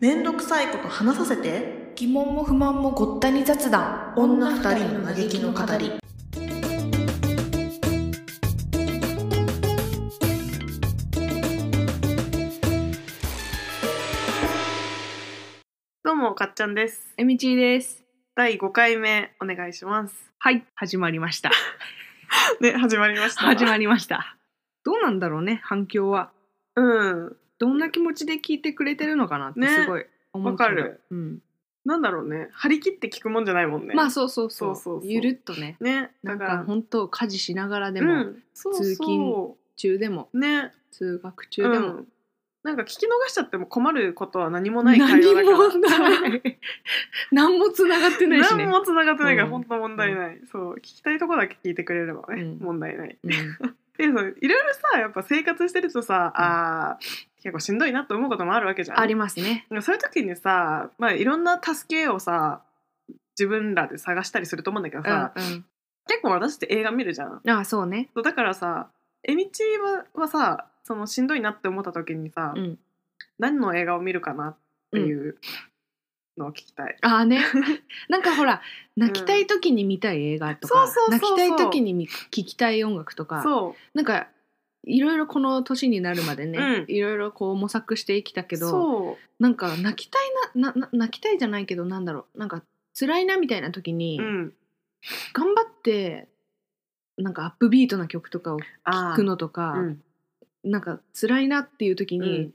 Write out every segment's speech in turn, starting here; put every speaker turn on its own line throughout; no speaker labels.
めんどくさいこと話させて
疑問も不満もごったに雑談
女二人の嘆きの語りどうもかっちゃんです
えみちーです。
第5回目お願いします
はい、始まり ました。
ね始まりました
始まりました。どうなんだろうね、反響は。
うん
どんな気持ちで聞いてくれてるのかなって
ね
すごい思うけど
わかる。
うん。
なんだろうね張り切って聞くもんじゃないもんね
まあそうそうそう。
そうそうそう
ゆるっとね。
ね
な
だ
ん
から
か本当家事しながらで
う
も、
ん、そう
通
そ
勤中でも
うね
通学中でも、
うんなんか聞き逃しちゃっても困ることは何もない会
何
話だから
もない。何も繋がってないしね
何。もつながってないから
うん
本当問題ない、そう聞きたいとこだけ聞いてくれればね、
うん
問題ない
うん
でそういろいろさやっぱ生活してるとさ、あー結構しんどいなと思うこともあるわけじゃん
ありますね。
そういう時にさ、まあ、いろんな助けをさ自分らで探したりすると思うんだけど
うん
さ、結構私って映画見るじゃん
うん。ああそうね。
そうだからさえみちははさそのしんどいなって思った時にさ、
うん
何の映画を見るかなっていうのを聞きたい、
あ あね。なんかほら泣きたい時に見たい映画とか、
そうそうそうそう
泣きたい時に見聞きたい音楽とか、
そう
なんかいろいろこの年になるまでね、
うん
いろいろこう模索して生きたけど
そう
なんか泣きたいななな泣きたいじゃないけどなんだろうなんか辛いなみたいな時に、
うん、
頑張ってなんかアップビートな曲とかを
あ
聴
ー
くのとか、
うん
なんか辛いなっていう時に、
うん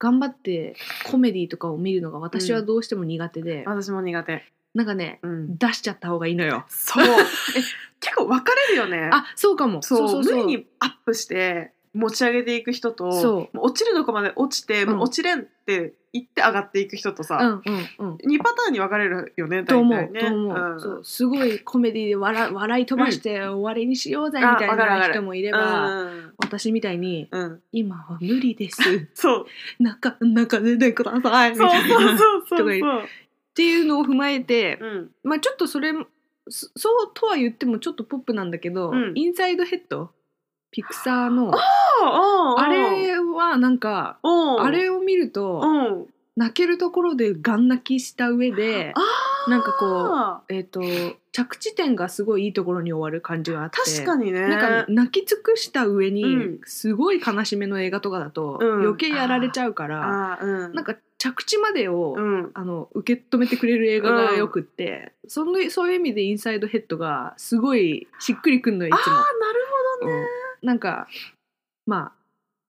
頑張ってコメディとかを見るのが私はどうしても苦手で、
私も苦手、
なんかね
うん、
出しちゃった方がいいのよ。
そうえ結構分かれるよ ね
あそうかも
そう
そうそうそう
無理にアップして持ち上げていく人と
そ
もう落ちるとこまで落ちて、
うん
もう落ちれんって言って上がっていく人と
うん
さ、
うんうん
二2パターンに分かれるよね
と
大
思う、
体ね。
と思う,、
ん
そうすごいコメディで笑笑い飛ばして終わりにしようぜみ
あ
たい
わかるわか
な
る
人もいれ
う
ば、
ん
私みたいに
うん、
「今は無理です
そう
泣か泣かせてください」み
そう
たいな
そうそ
っ
うそう
とか言
そう、
ていうのを踏まえて、
うん、
まあちょっとそれもそそうとは言ってもちょっとポップなんだけど「
うん
インサイドヘッド」ピクサーの
あ
あれはなんかあれを見る
う
と
ん
泣けるところでガン泣きした上で
あ
なんかこう
あ
えー、と着地点がすごいいいところに終わる感じがあって
確かにね
なんか泣き尽くした上に、
うん
すごい悲しめの映画とかだと、
うん
余計やられちゃうから
あーうん
なんか着地までを、
うん
あの受け止めてくれる映画がよくって、そのそういう意味で「インサイドヘッド」がすごいしっくりくんのよい
ああ
つも。
なるほどね、
うんなんかまあ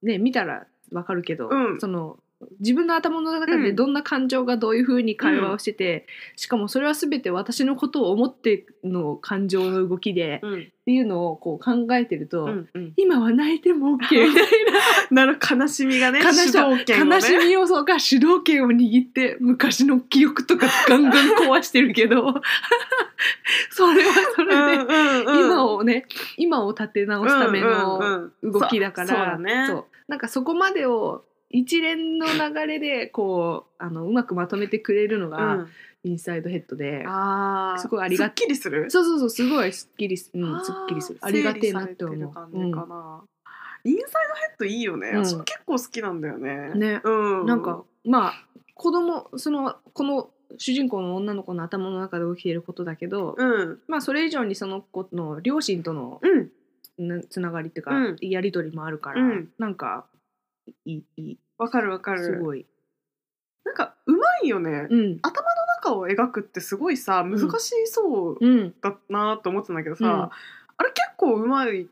ね見たらわかるけど、
うん
その自分の頭の中
う
で
ん
どんな感情がどういうふうに会話をしてて、しかもそれは全て私のことを思っての感情の動きで、っ
うん
ていうのをこう考えてると、
うんうん、
今は泣いても OK みた い
なる悲しみがね
悲し
主導権を
な
ね
悲しみをそうか主導権を握って昔の記憶とかガンガン壊してるけど それはそれ
う
で、
んうんうん
今をね今を立て直すための。
うんうんうん
動きだから
そうそうだね
そうなんかそこまでを一連の流れでこうあのうまくまとめてくれるの
う
が
ん
インサイドヘッドで、
あー
すごいありが
すっきりする
そうそうそうすごいすっきりす,、う
あー
ん、すっきりするありがてえなって
整理
思
され
う、
る感じかなインサイドヘッドいいよね、
うん
私も結構好きなんだよね
ね
うん、
なんかまあ子供そのこの主人公の女の子の頭の中で起きていることだけど、
うん
まあそれ以上にその子の両親との
うん
なつながりっていうか、
うん
やり取りもあるから、
うん
なんかいいいい
わかるわかる
すごい、
なんかうまいよね、
うん
頭の中を描くってすごいさ難しそう
うん、
だなと思ってたんだけどさ、
うん
あれ結構うまい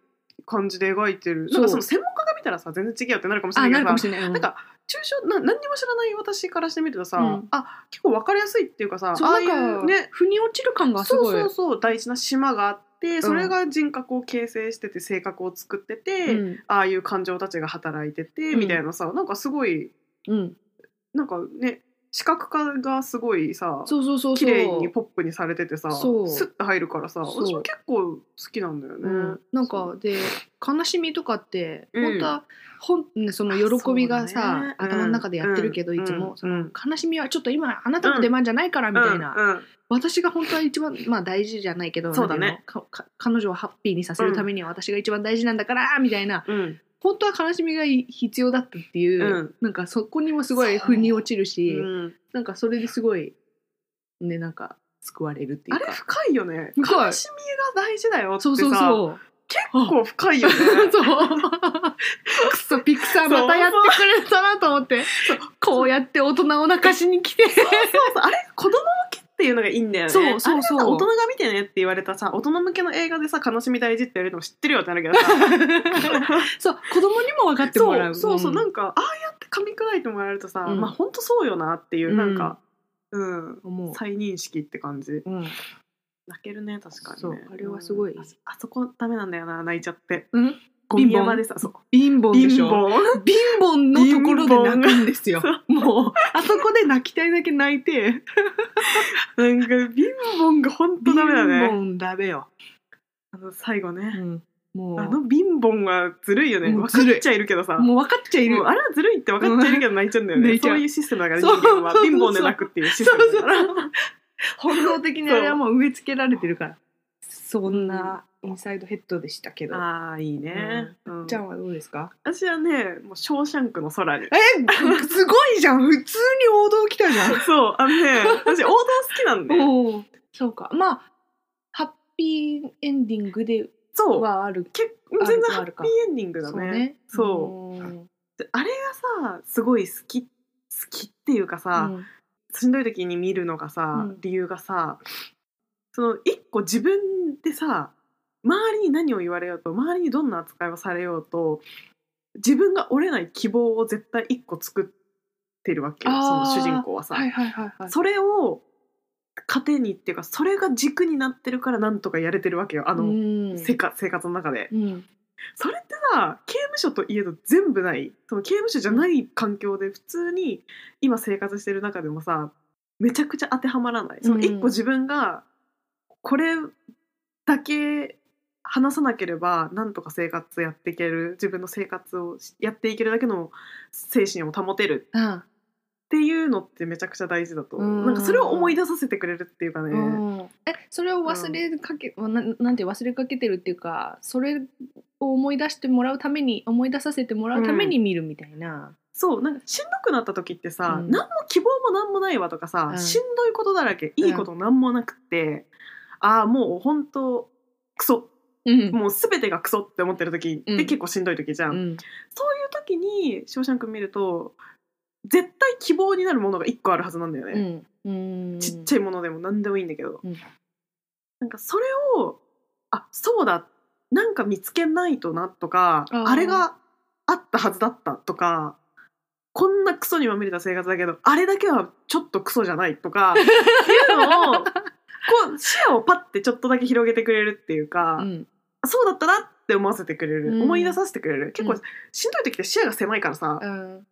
感じで描いてる
そ
な
うん
かその専門家が見たらさ全然違うよってなるかもしれ
あ
な
ない
けどさ
るかもしれない、う
なんか抽象な何にも知らない私からしてみるとさ、
うん
あ結構分かりやすいっていうかさ
そう
ああい
なん
う
か、
ね
腑に落ちる感がす
そう
ごい
そうそう大事な島があってそれが人格を形成してて性格を作ってて、
うん
ああいう感情たちが働いてて、
うん
みたいなさなんかすごい
うん、
なんかね視覚化がすごいさ
そうそうそうそう
綺麗にポップにされててさス
そう
ッと入るからさ
そう
私も結構好きなんだよね。
うん、なん
そ
かで悲しみとかって
うん
本当は、本ねその喜びがさ、
そうだね
頭の中でやってるけど、
うん
いつも、
うん
その悲しみはちょっと今あなたの出番じゃないからみたいな、
うんうん
私が本当は一番、まあ、大事じゃないけど
そうだね
なんていのかか彼女をハッピーにさせるためには私が一番大事なんだからみたいな
うん
本当は悲しみが必要だったっていう、
うん
なんかそこにもすごい
そう
腑に落ちるし、
うん
なんかそれですごいねなんか救われるってい
あ
う
れ
か
深いよね
深い
悲しみが大事だよってさ
そうそうそう
結構深い よね
そうくそピクサーまたやってくれたなと思ってこうやって大人を泣かしに来て
そうそうあれ子供向けっていうのがいいんだよね
そうそうそう
あれさ大人が見てねって言われたさ大人向けの映画でさ悲しみ大事って言われても知ってるよってなるけど さ
そう子供にも分かってもらう
そうそうそう、
ん
なんかああやって噛み砕いてもらえるとさ、
うん
まあ本当そうよなっていう、
うん
なんかうん
思う、
再認識って感じ
うん、
泣けるね確かにね
そうあれはすごい
うんあそあそこダメなんだよな泣いちゃって
うん
ゴミ山でさそう
貧乏
貧
でしょ
乏
貧乏のところで泣くんですよ
貧
もうあそこで泣きたいだけ泣いて
なんか貧乏が本当ダメだね
貧乏ダメよ、
あの最後ね、
も
あの貧乏はずるいよね
うん
分かっちゃいるけどさ
うもう分かっちゃいる
もうあれはずるいって分かっちゃいるけど泣いちゃうんだよ
泣
ね
いちゃう
そういうシステムだから人
そう
間は
そうそう
貧乏で泣くっていうシステムだから
そう 本能的にあれはもう植え付けられてるからそんなインサイドヘッドでしたけど、
ああいいね、うん
ちゃんはどうですか
私はねもう「ショーシャンクの空に」
えすごいじゃん普通に王道来たじゃん
そうあのね私王道好きなんで
おーそうかまあハッピーエンディングで
そう
はある
結構
ある
全然
あ
ハッ
るか
ピーエンディングだねそう
ね
であれがさすごい好き好きっていうか
う
さ、
ん
しんどい時に見るのがさ、
うん
理由がさその一個自分でさ周りに何を言われようと周りにどんな扱いをされようと自分が折れない希望を絶対一個作ってるわけよその
あー
主人公はさ、
はいはいはいはい
それを糧にっていうかそれが軸になってるからなんとかやれてるわけよあ
あ
の、
の
せか生活の中で
うん
それってさ刑務所といえど全部ないその刑務所じゃない環境で普通に今生活してる中でもさめちゃくちゃ当てはまらないその一
うん
個自分がこれだけ話さなければなんとか生活やっていける自分の生活をしやっていけるだけの精神を保てる
あ
っていうのってめちゃくちゃ大事だと思う
うん
なんかそれを思い出させてくれるっていうかね、
うんえそれを忘れかけ、ななんて忘れかけてるっていうかそれを思い出してもらうために思い出させてもらうために見るみたいな、
そうなんかしんどくなった時ってさ、
うん
何も希望も何もないわとかさ、
うん
しんどいことだらけいいこと何もなくて、ああもう本当クソ
うん
もう全てがクソって思ってる時って
うん
結構しんどい時じゃん、
うん
そういう時に「ショーシャンク」見ると絶対希望になるものが一個あるはずなんだよね、
うんうん、
ちっちゃいものでも何でもいいんだけど、
うん
なんかそれをあそうだなんか見つけないとなとか
あ
あ
ー
れがあったはずだったとかこんなクソにまみれた生活だけどあれだけはちょっとクソじゃないとかっていうの をこう視野をパッてちょっとだけ広げてくれるっていうか、
うん
そうだったなって思わせてくれる、
うん
思い出させてくれる結構、
うん
しんどい時って視野が狭いからさ、
うん、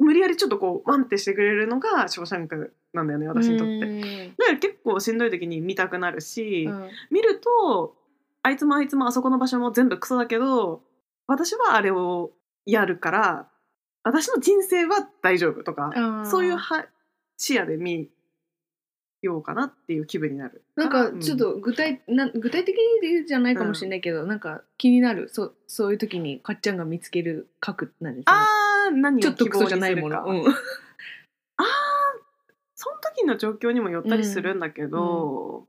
無理やりちょっとこうワンってしてくれるのが「ショーシャンク」なんだよね私にとって。だから結構しんどい時に見たくなるし、
うんうん
見るとあいつもあいつもあそこの場所も全部クソだけど私はあれをやるから私の人生は大丈夫とか、
あー
そういうは視野で見ようかなっていう気分になる
なんかちょっ、と具体,、な具体的に言うじゃないかもしれないけど、なんか気になるそうそういう時にかっちゃんが見つける核なんですね
ああー何
ち
を
ょっと
希
ク
望
ソ
に
じゃ
す
ない
る
も
か
の、うん
その時の状況にもよったりするんだけど、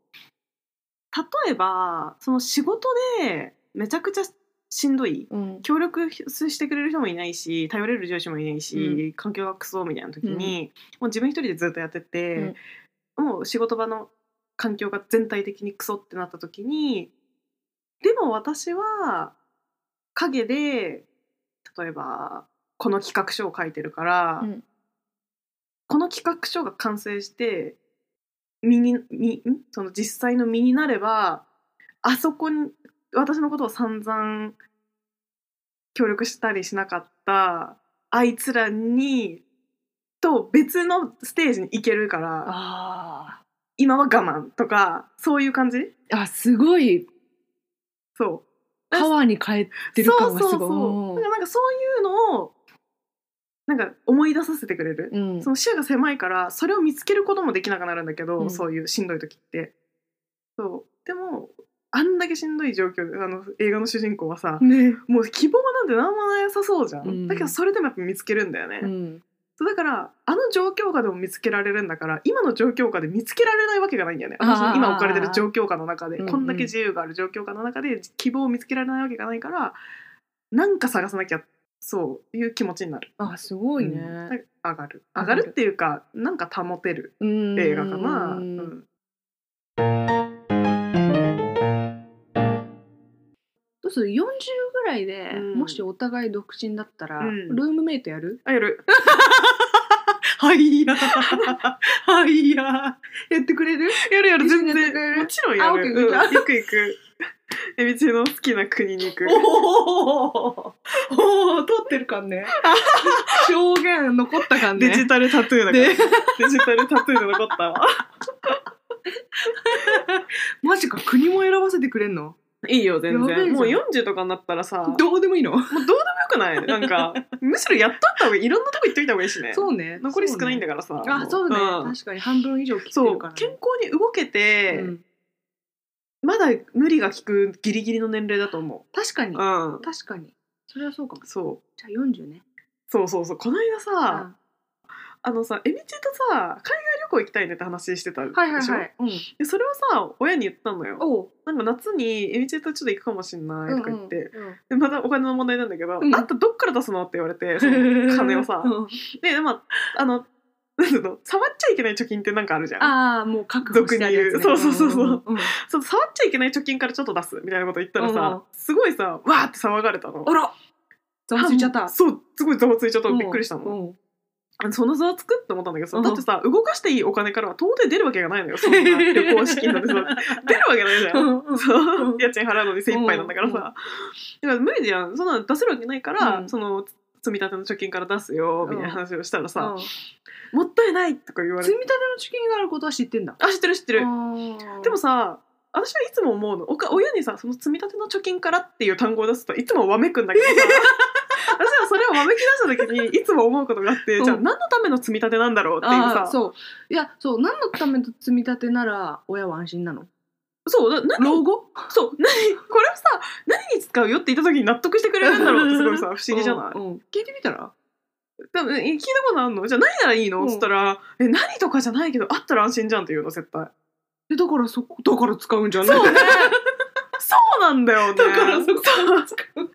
例えばその仕事でめちゃくちゃしんどい、
うん
協力してくれる人もいないし頼れる上司もいないし、
う
環境がクソみたいな時に、もう自分一人でずっとやってて、もう仕事場の環境が全体的にクソってなった時にでも私は陰で例えばこの企画書を書いてるから、
うん
この企画書が完成して身に身んその実際の身になればあそこに私のことを散々協力したりしなかったあいつらにと別のステージに行けるから
あ
今は我慢とかそういう感じ
ーあすごい
そう
パワーに変えてる感がすごい
そうそうそうだからなんかそういうのをなんか思い出させてくれる、
うん
その視野が狭いからそれを見つけることもできなくなるんだけど、
うん
そういうしんどい時ってそうでもあんだけしんどい状況であの映画の主人公はさ
ね
もう希望なんで何もなさそうじゃん、
うん
だけどそれでもやっぱ見つけるんだよね、
うん
そうだからあの状況下でも見つけられるんだから今の状況下で見つけられないわけがないんだよね
あー
私今置かれてる状況下の中で
うんうん
こんだけ自由がある状況下の中で希望を見つけられないわけがないからなんか探さなきゃそういう気持ちになる。
あすごいね、
うんだから上がる上がるっていうかなんか保てる
うん
映画かな、うん
どうする40ぐらいで、
うん
もしお互い独身だったら、
うん
ルームメイトやる
あやる はいやはいや
やってくれる
やるやる
一緒
全
にやってくれ
然
る
もちろんや
あ
る、
OK
うん行く行くえみちの好きな国に行く
おお通ってるか んね表現残ったかん
デジタルタトゥーだから
で
デジタルタトゥーで残ったわ
マジか国も選ばせてくれんの
いいよ
やべえじゃん
もう40とかになったらさもうどうで
どうでもいいの
もよくないなんかむしろやっといた方がいいいろんなとこ行っといた方がいいしね
そうね
残り少ないんだ
か
からさ
あそうね、
ん
確かに半分以上切って
そ
る
う
から、ね、
健康に動けて、
うん
まだ無理が効くギリギリの年齢だと思
確かに
う、うん、
確かにそれはそうかも
そう
じゃあ40ね
そうそうそうこの間さ、
あ
あのさエミチとさ海外旅行行きたいねって話してたでしょ、
はいはいはい、うん、
でそれをさ親に言ったのよ
おう
なんか夏にエミチとちょっと行くかもしんないとか言って、
うんうん
でまたお金の問題なんだけど、
うん
あんたどっから出すのって言われてそ の金をさ
うん
でまああのなんだろう触っちゃいけない貯金ってなんかあるじゃん
ああもう確保してあるやつ、ね、
俗に言うそうそうそうそうん
んん
そう触っちゃいけない貯金からちょっと出すみたいなこと言ったら
うんうん
さすごいさわーって騒がれたの
あらざわついちゃった
あそうすごいざわついちゃったのびっくりしたの
の
そのざわつくって思ったんだけどさ、
うん
だってさ動かしていいお金からは到底出るわけがないのよそんな旅行資金 なんてさ出るわけないじゃん。そう家賃払うのに精一杯なんだからさ、だから無理じゃんそんなの出せるわけないから、
うん
その積み立ての貯金から出すよみたいな話をしたらさ
さ、
「もったいない!」とか言われ
積
て
み立ての貯金があることは知ってん
「
だ
あ知ってる知ってる」で
で
もさ私はいつも思うのおか親にさその積み立ての貯金からっていう単語を出すといつもわめくんだけどさ私はそれをわめき出した時にいつも思うことがあって、
うん
じゃあ何のための積み立てなんだろうっていう
あ
さ
あそういやそう何のための積み立てなら親は安心なの
そうな何
老後
そう何 これをさ何に使うよって言った時に納得してくれるんだろうってすごいさ不思議じゃない、
うんうん聞いてみたら
多分え聞いたことあるのじゃあ何ならいいの
うん
っつったら「え何とかじゃないけどあったら安心じゃん」って言うの絶対
でだからそこだから使うんじゃない
そうねそうなんだよね
だからそこを使う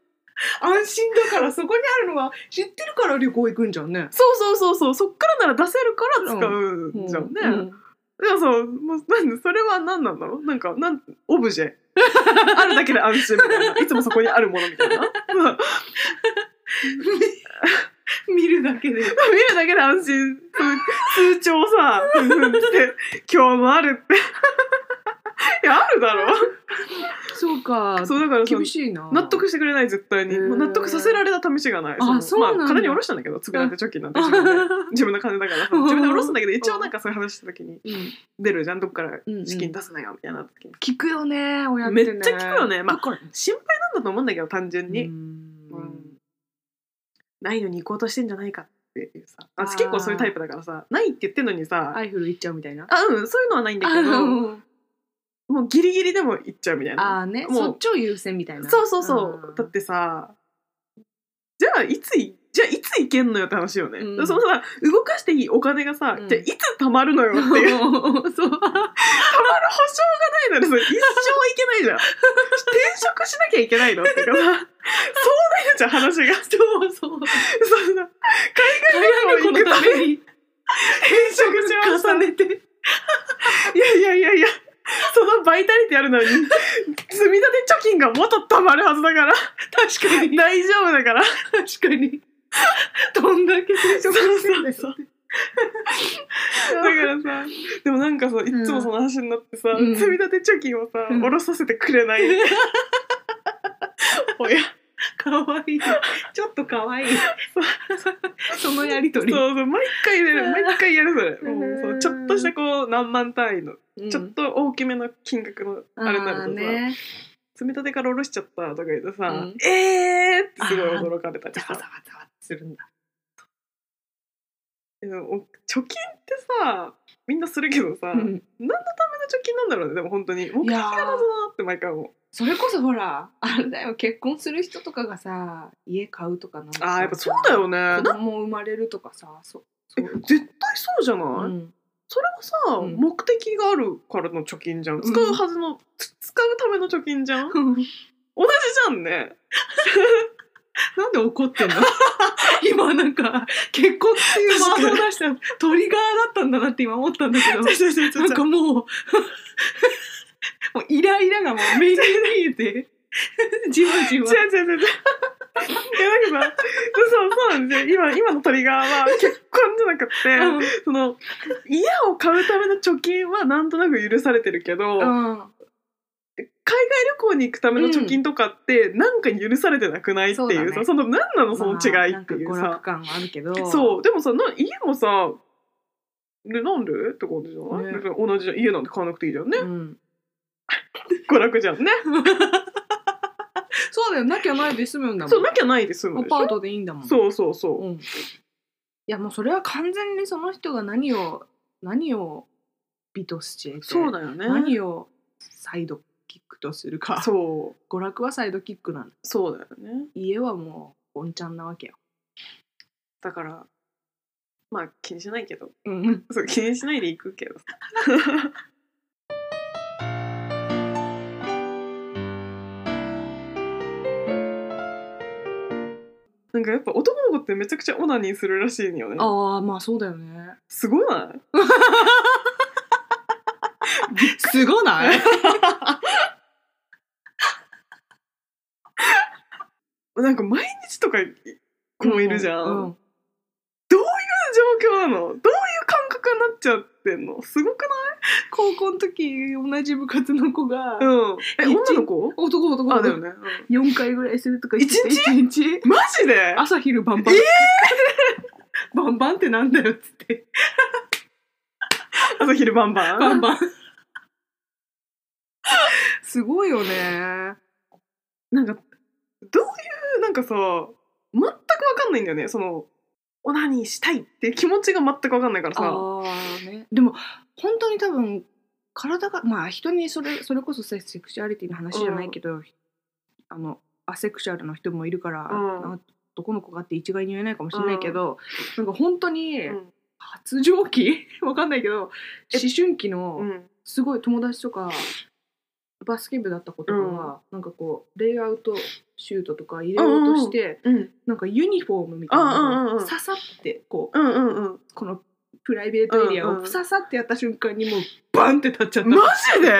安心だからそこにあるのは知ってるから旅行行くんじゃんね
そうそうそうそうそっからなら出せるから使うんじゃんね、
うん
でもそうもうなんでそれは何なんだろうなんかなんオブジ ェあるだけで安心みたいないつもそこにあるものみたいなうん
見るだけ
見
で
るだけで安心通通帳さ「うんうん」って「今日もある」って いやあるだろ
そうか
そうだからその
厳しいな
納得してくれない絶対に、
へー
もう納得させられた試しがない
あ
の
そうなんだ
まあ、金に下ろしたんだけど積み立て貯金なんて自分で自分の金だからさ自分で下ろすんだけど一応なんかそういう話した時に
うん
出るじゃんどっから資金出すのよみたいな時に
聞くよね親って
め
ね
っちゃ聞くよねまあ
だから
心配なんだと思うんだけど単純に、
うん
ないのに行こうとしてんじゃないかっていうさ
あー
私結構そういうタイプだからさないって言ってんのにさ
アイフル行っちゃうみたいな
あうんそういうのはないんだけ
あ
ど
うん
もうギリギリでも行っちゃうみたいな
あーね
もう
そっちを優先みたいな
そうそうそう、
ん
だってさじゃあいついじゃあいつ行けんのよって話よね、
うん
そのさ動かしていいお金がさ、
うん
じゃあいつ貯まるのよっていう貯まる保証
そう
がないならさ一生行けないじゃん転職しなきゃいけないのっていうかさ壮大なじゃん話が
そうそう
そんな海外旅行行くために
めに
転職しました
重ねて
いやいやいやいやそのバイタリティあるのに積み立て貯金がもっと貯まるはずだから
確かに
大丈夫だから
確かにどんだけ転職してんだよ
そうだからさでもなんかさいっつもその話になってさ、
うん
積み立て貯金をさ、
うん
下ろさせてく れない親
かわいいちょっとかわいい そのやり
そ
と
う
り
そう毎回やる毎回やるそれ
うん
もうそうちょっとしたこう何万単位の、ちょっと大きめの金額のあれになるとさ、
ーね
積み立てから下ろしちゃったとか言ってさ、
うん
えーってすごい驚かれたり
ざわざわ
さ
ざわするんだ
でもお貯金ってさみんなするけどさ、
うん
貯金なんだろうねでも本当に目的が謎だなって毎回思う
それこそほらあれだよ結婚する人とかがさ家買うとかなんか
あーやっぱそうだよねな
子供生まれるとかさそそ
え
う
絶対そうじゃない、
うん
それはさ、
うん
目的があるからの貯金じゃん
ん
使うはずの、つ使うための貯金じゃん同じじゃんね
なんで怒ってんの今なんか結婚っていうワードを出したトリガーだったんだなって今思ったんだけ どなんかもう もうイライラがもう目に見えてじわじわ
違う違う違う違ういやだけどそうそうなんですよ今今のトリガーは結婚じゃなくって、
うん
その家を買うための貯金はなんとなく許されてるけど、海外旅行に行くための貯金とかってなんか許されてなくないって
そうだ
いう
ね
さ、その何なのその違いっていう
まあ
さ、
なんか娯楽感はあるけど
そうでもさな家もさでなんでって感じじゃない、
ね
別に同じじゃん家なんて買わなくていいじゃんね、
うん
娯楽じゃんね
そうだよなきゃないで済むんだもん
そうなきゃないで済む
ア
でし
パー
ょ
トでいいんだもん
そうそうそう、
うん、いやもうそれは完全にその人が何を何を美としてて
そうだよね
何をサイドキックとするか
そう
娯楽はサイドキックなんだ
そうだよね
家はもうおんちゃんなわけよ、
だからまあ気にしないけど
うん、
そう気にしないで行くけどなんかやっぱ男の子ってめちゃくちゃオナニーするらしいんよね
ああまあそうだよね
すごない
すごない
なんか毎日とか子もいるじゃん、
う
どういう状況なのどういう感覚になっちゃってんのすごくない
高校の時同じ部活の子が、
うんえ
一日
女の子
男男
あだよね、
4回ぐらいするとか言ってた
一
一日
マジで
朝昼晩 晩、えバンバンってなんだよっつって
朝昼バンバン
バンバン すごいよね
なんかどういうなんかさ全くわかんないんだよねそのオナニーしたいっていう気持ちが全くわかんないからさ
あーねでも本当に多分体がまあ人にそれそれこそセセクシュアリティの話じゃないけど、あのアセクシュアルの人もいるから、
うん
などこの子がって一概に言えないかもしれないけど、なんか本当に
うん
発情期 わかんないけど
え
思春期の、
うん
すごい友達とかバスケ部だった子とかは、なんかこうレイアウトシュートとか入れようとして、
うん
なんかユニフォームみたいな
うんうん
の
うんう
が
ん
ささってこう
うんうん
このプライベートエリア
うんう
を
ん
ささってやった瞬間にもうバンって立っちゃっ
う
た、
んマジで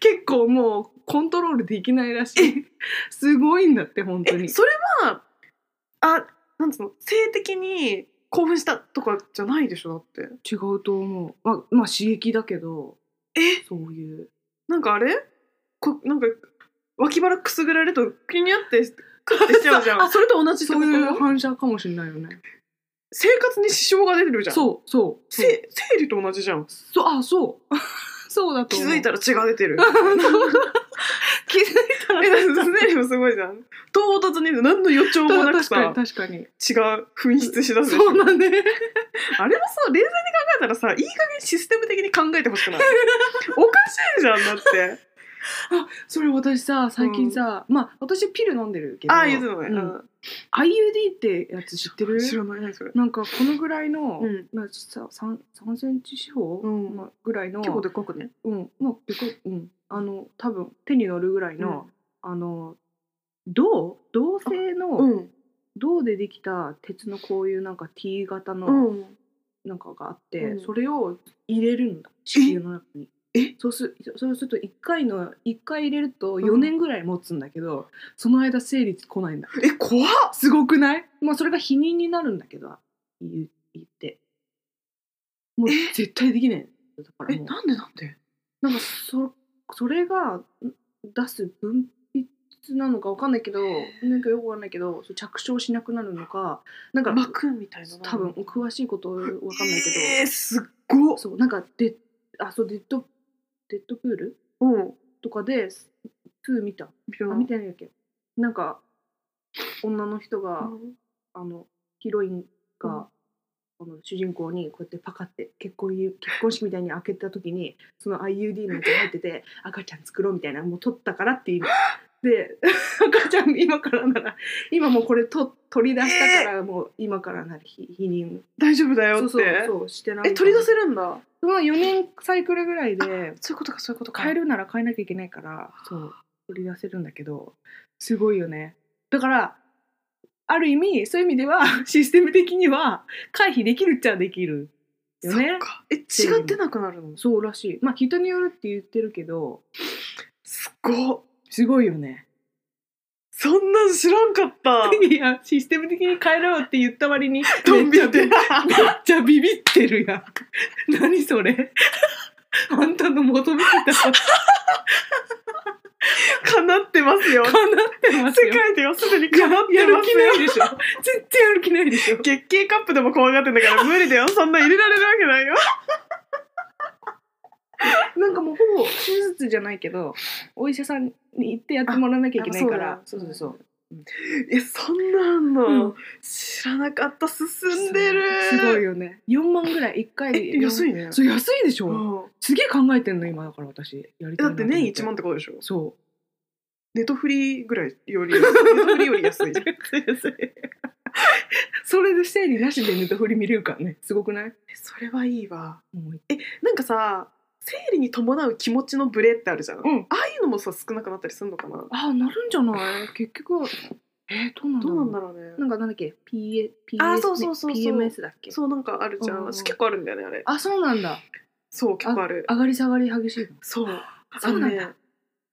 結構もうコントロールできないらしいすごいんだって本当
え
に
それはあなんつうの性的に興奮したとかじゃないでしょだって
違うと思うまあまあ刺激だけど
え
そういう
なんかあれこなんか脇腹くすぐられると気になってクッてしちゃうじゃ
あ
んそれと同じって
そ
こと
ういう反射かもしれないよね
生活に支障が出てるじゃん
そうそうそう
せ生理と同じじゃん
そうあそう そうだと
気
思う
づいたら血が出てる
気づいたら
え、だって生理もすごいじゃん。唐突に何の予兆もなく
確かに
さ、
確かに
血が噴出しだすでしょ
そうだね
あれもさ、冷静に考えたらさ、いい加減システム的に考えてほし くないおかしいじゃん、だって。
それ私さ最近さ、まあ私ピル飲んでるけど
ああ、言うてたのね。
うん
う
IUD ってやつ知ってる
ん知らない、何それ。
なんかこのぐらいの、
うん
まあ、さ 3, 3センチ四方、
うん
まあ、ぐらいの
結構でっかくね。
うんまあでかいうん、あの多分手に乗るぐらいの、あの銅銅製の、
うん。
銅でできた鉄のこういうなんか T 型の、
うん。
なんかがあって、
うん
それを入れるんだ子宮の中に
え
そうすそうすると1回の一回入れると4年ぐらい持つんだけど、その間生理来ないんだ
え、怖っ
すごくないまあそれが避妊になるんだけど言う言ってもう
え
絶対できないだから
え、
もう
なんでなんで
なんかそそれがん出す分泌なのかわかんないけどなんかよくわかんないけどそう着床しなくなるのかなんか
膜みたいなの。
多分詳しいことわかんないけど、
えー、すっごっ
そうなんかデッあそうデッドデッドプール
うん。
とかで2見た
ビヨ
あ
ン
見てないんだっけなんか女の人が、
うん
あのヒロインがこの主人公にこうやってパカって結婚指結婚式みたいに開けた時にその IUD のやつが入ってて赤ちゃん作ろうみたいなもう取ったからっていうで 赤ちゃん今からなら今もうこれと取り出したからもう今からなら否認
大丈夫だよって
そうそうそうしてない
え取り出せるんだ
その4年サイクルぐらいで
そういうことかそういうことか
変えるなら変えなきゃいけないからそう取り出せるんだけどすごいよねだからある意味そういう意味では システム的には回避できるっちゃできるよ
そ
ね
っかえ違ってなくなるの
そうらしいまあ人によるって言ってるけど
すごっ
すごいよね
そんなん知らんか った
いやシステム的に変えろよって言った 割に
ドンビア
めっ
で
ちゃめっちゃビビってるやん 何それあんたの求めてた
かなってますよ
かなってます
世
よ
界ではすでに
いや
かなって
やる
ま
気ない
すよ
でしょ全然やる気ないでしょ
月経カップでも怖がってんだ から無理だよそんな入れられるわけないよ
なんかもうほぼ手術じゃないけどお医者さんに行ってやってもらわなきゃいけないから
あそうだ
そうそう
えそんなんの、
うん
知らなかった進
そ
ん
う
でる
すごいよね4万ぐらい1回
え安
い
いね
そう安いでしょ、
うん
すげえ考えてんの今だから私やり
え
たい
だ
な
っ
と
て
思
年1万ってことでしょ
そ
ネットフリーぐらいよりネ ットフリより安
う
い
それで整理なしでネットフリ見れるからねすごくない
それはいいわ
もう
なんかさ生理に伴う気持ちのブレってあるじゃん、
うん
ああいうのもさ少なくなったりするのかな
ああなるんじゃない結局えー、どうなん
ど
だ
う
ろう
なんだろうね
なんかなんだっけ PA PS
あそうそうそうそう
PMS だっけ
そうなんかあるじゃん、
うんうん
私結構あるんだよねあれ
あそうなんだ
そう結構ある
上がり下がり激しいの
そう
そうなんだ
あのね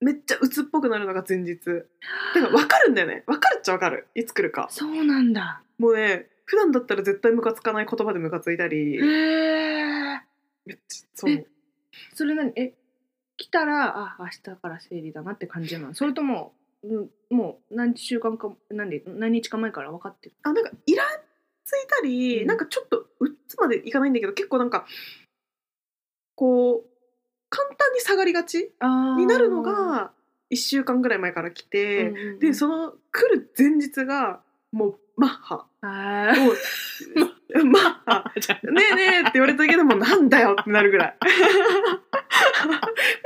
めっちゃ鬱っぽくなるのが前日だから分かるんだよね分かるっちゃ分かるいつ来るか
そうなんだ
もうね普段だったら絶対ムカつかない言葉でムカついたり
へえ
めっちゃそう
えそれ何え来たらあ明日から生理だなって感じなのそれとも、うん、もう何週間か何で何日か前から分かってる
あなんかイラついたり、
うん
なんかちょっとうっつまでいかないんだけど結構なんかこう簡単に下がりがち
あ
になるのが1週間ぐらい前から来て、でその来る前日がもうマッハ
あー
もうマッハねえねえって言われただけでもなんだよってなるぐらい。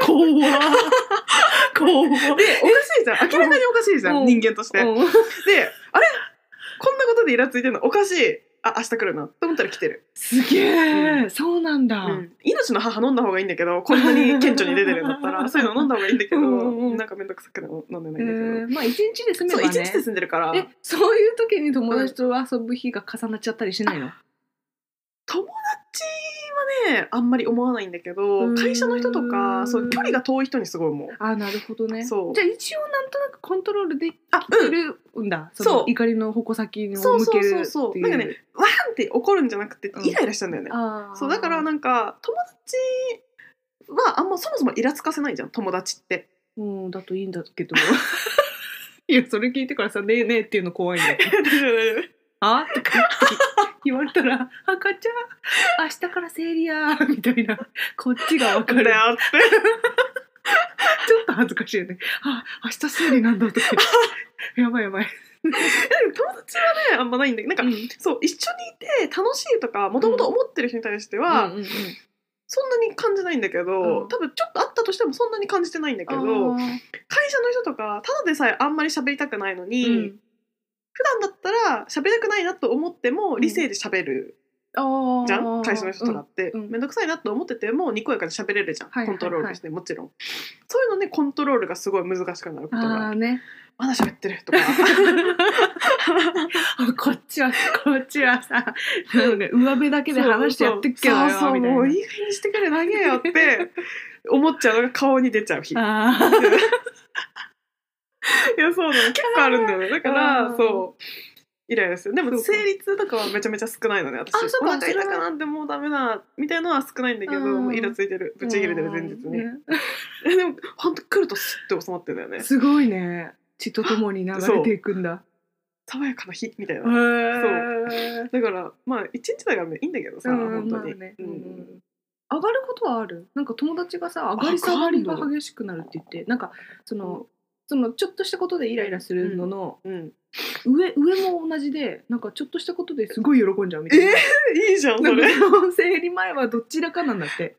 怖怖
で、おかしいじゃん。明らかにおかしいじゃ。
うんん
人間として。で、あれこんなことでイラついてるのおかしい。あ、明日来るな。と思ったら来てる。
すげえ、そうなんだ、
うん命の母飲んだ方がいいんだけど、こんなに顕著に出てるんだったら、そういうの飲んだ方がいいんだけど、
うんうんうん
なんかめんどくさくて飲んでないん
え
だけど。
ーまあ一日で済め
そう、
ば
一日で
ね
住んでるから、
え
友
そういう時に友達と遊ぶ日が重なっちゃったりしないの、
達はね、あんまり思わないんだけ
う
ど、
ん
会社の人とか、そう、距離が遠い人にすごい思う。
あーなるほどね
そう
じゃあ一応なんとなくコントロールでき
あ、うん。
てるんだ、
うん
その
そう
怒りの矛先に向けるって
そ
いう
うそうそうそうなんかねわーんって怒るんじゃなくて
う、ん
イライラしたんだよね。
あー
そうだからなんか友達はあんまそもそもイラつかせないじゃん友達って
うんだといいんだ けどいやそれ聞いてからさ「ねえね え」っていうの怖いんだけどあとか言って言われたら「赤ちゃん明日から生理や」みたいなこっちが分か
なん
る
だよって
ちょっと恥ずかしいよねあ明日生理なんだと か言ってやばいやばい、
友達はねあんまないんだけどなんか、そう一緒にいて楽しいとかもともと思ってる人に対しては、
うんうんうん
そんなに感じないんだけど、
うん
多分ちょっとあったとしてもそんなに感じてないんだけど会
あー
社の人とかただでさえあんまり喋りたくないのに、
うん
普段だったら喋りたくないなと思っても理性で喋る
あー
じゃん、会社の人とかって、
うんうん
めんどくさいなと思っててもにこやかに喋れるじゃん、
はいはいはい
コントロールしてもちろんそういうのねコントロールがすごい難しくなることが
ああね
まだ喋ってるとか
あこっちはこっちはさなんか上辺だけで話してやってっけどよ
そうそう
みたいな
もういい加減にしてくれ投げよ って思っちゃうのが顔に出ちゃう日いや
あー
そうなの結構あるんだよねだから
あー
そうイライラするでも
そうか
生理痛とかはめちゃめちゃ少ないのね私
あそう
お
か
腹痛
そ
く
れは
なんてもうダメだみたいのは少ないんだけど
うん
もうイラついてるぶち切れてる前日に
ね
え でも本当来るとスッて収まってんだよね
すごいね血とともに流れていくんだ
爽やかな日みたい
へ
な
ー
だからまあ一日だからねいいんだけどさ、
うん
本当に、
まあね
うん
うんうん上がることはあるなんか友達がさ上がり下がりが激しくなるって言ってなんかそのそのちょっとしたことでイライラするのの
うん
上上も同じでなんかちょっとしたことですごい喜んじゃうみたいな
えいいじゃんそ
なんか
れ
その生理前はどちらかなんだって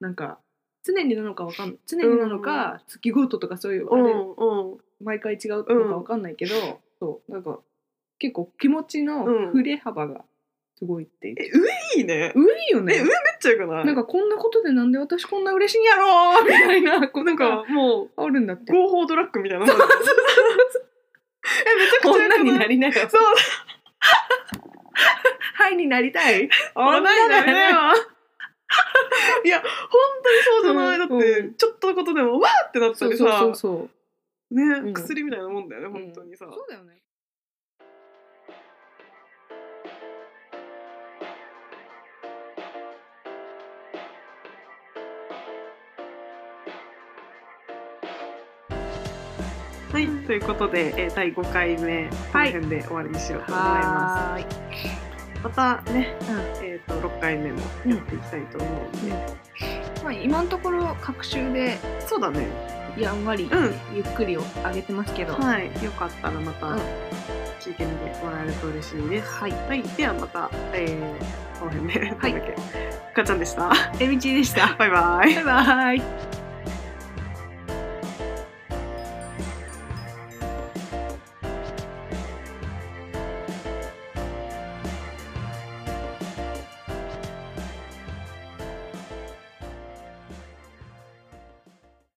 なんか常になのかわかんない常になのか、月ごととかそういう、
う
あれ
んうん
毎回違うのかわかんないけど、そうなんか結構気持ちの
うん
振れ幅がすごいって言って、
いいね
ういよ
え上
ね
めっちゃよくない
なんかこんなことでなんで私こんな嬉しいんやろうみたいなこと
なん
が
かもう
あるんだって
合法ドラッグみたいなもんだよねえめちゃくちゃよ
女
く
に
な
ないりなよ
そう
はいになりたい
女になりなよ
よ
いや本当にそうじゃないだっ
う
て
ん
ちょっとのことでもわーってなった
そう
り
そうそう
さ
そうう
ね
ん
薬みたいなもんだよね本当にさ
そうだよね
はいということでえー第5回目この
はい
辺で終わりにしようと思います
はーい
またねえーと6回目もやっていきたいと思うんで
まあ、今のところ隔週で
そうだね
やんわり、
うん
ゆっくりを上げてますけど、
はいよかったらまた
うん
聞いてみてもらえると嬉しいです
はい
はいではまたえーこの辺で
はい
なんだっけかっちゃんでした
エビチーでした
バイバイ
バイバイ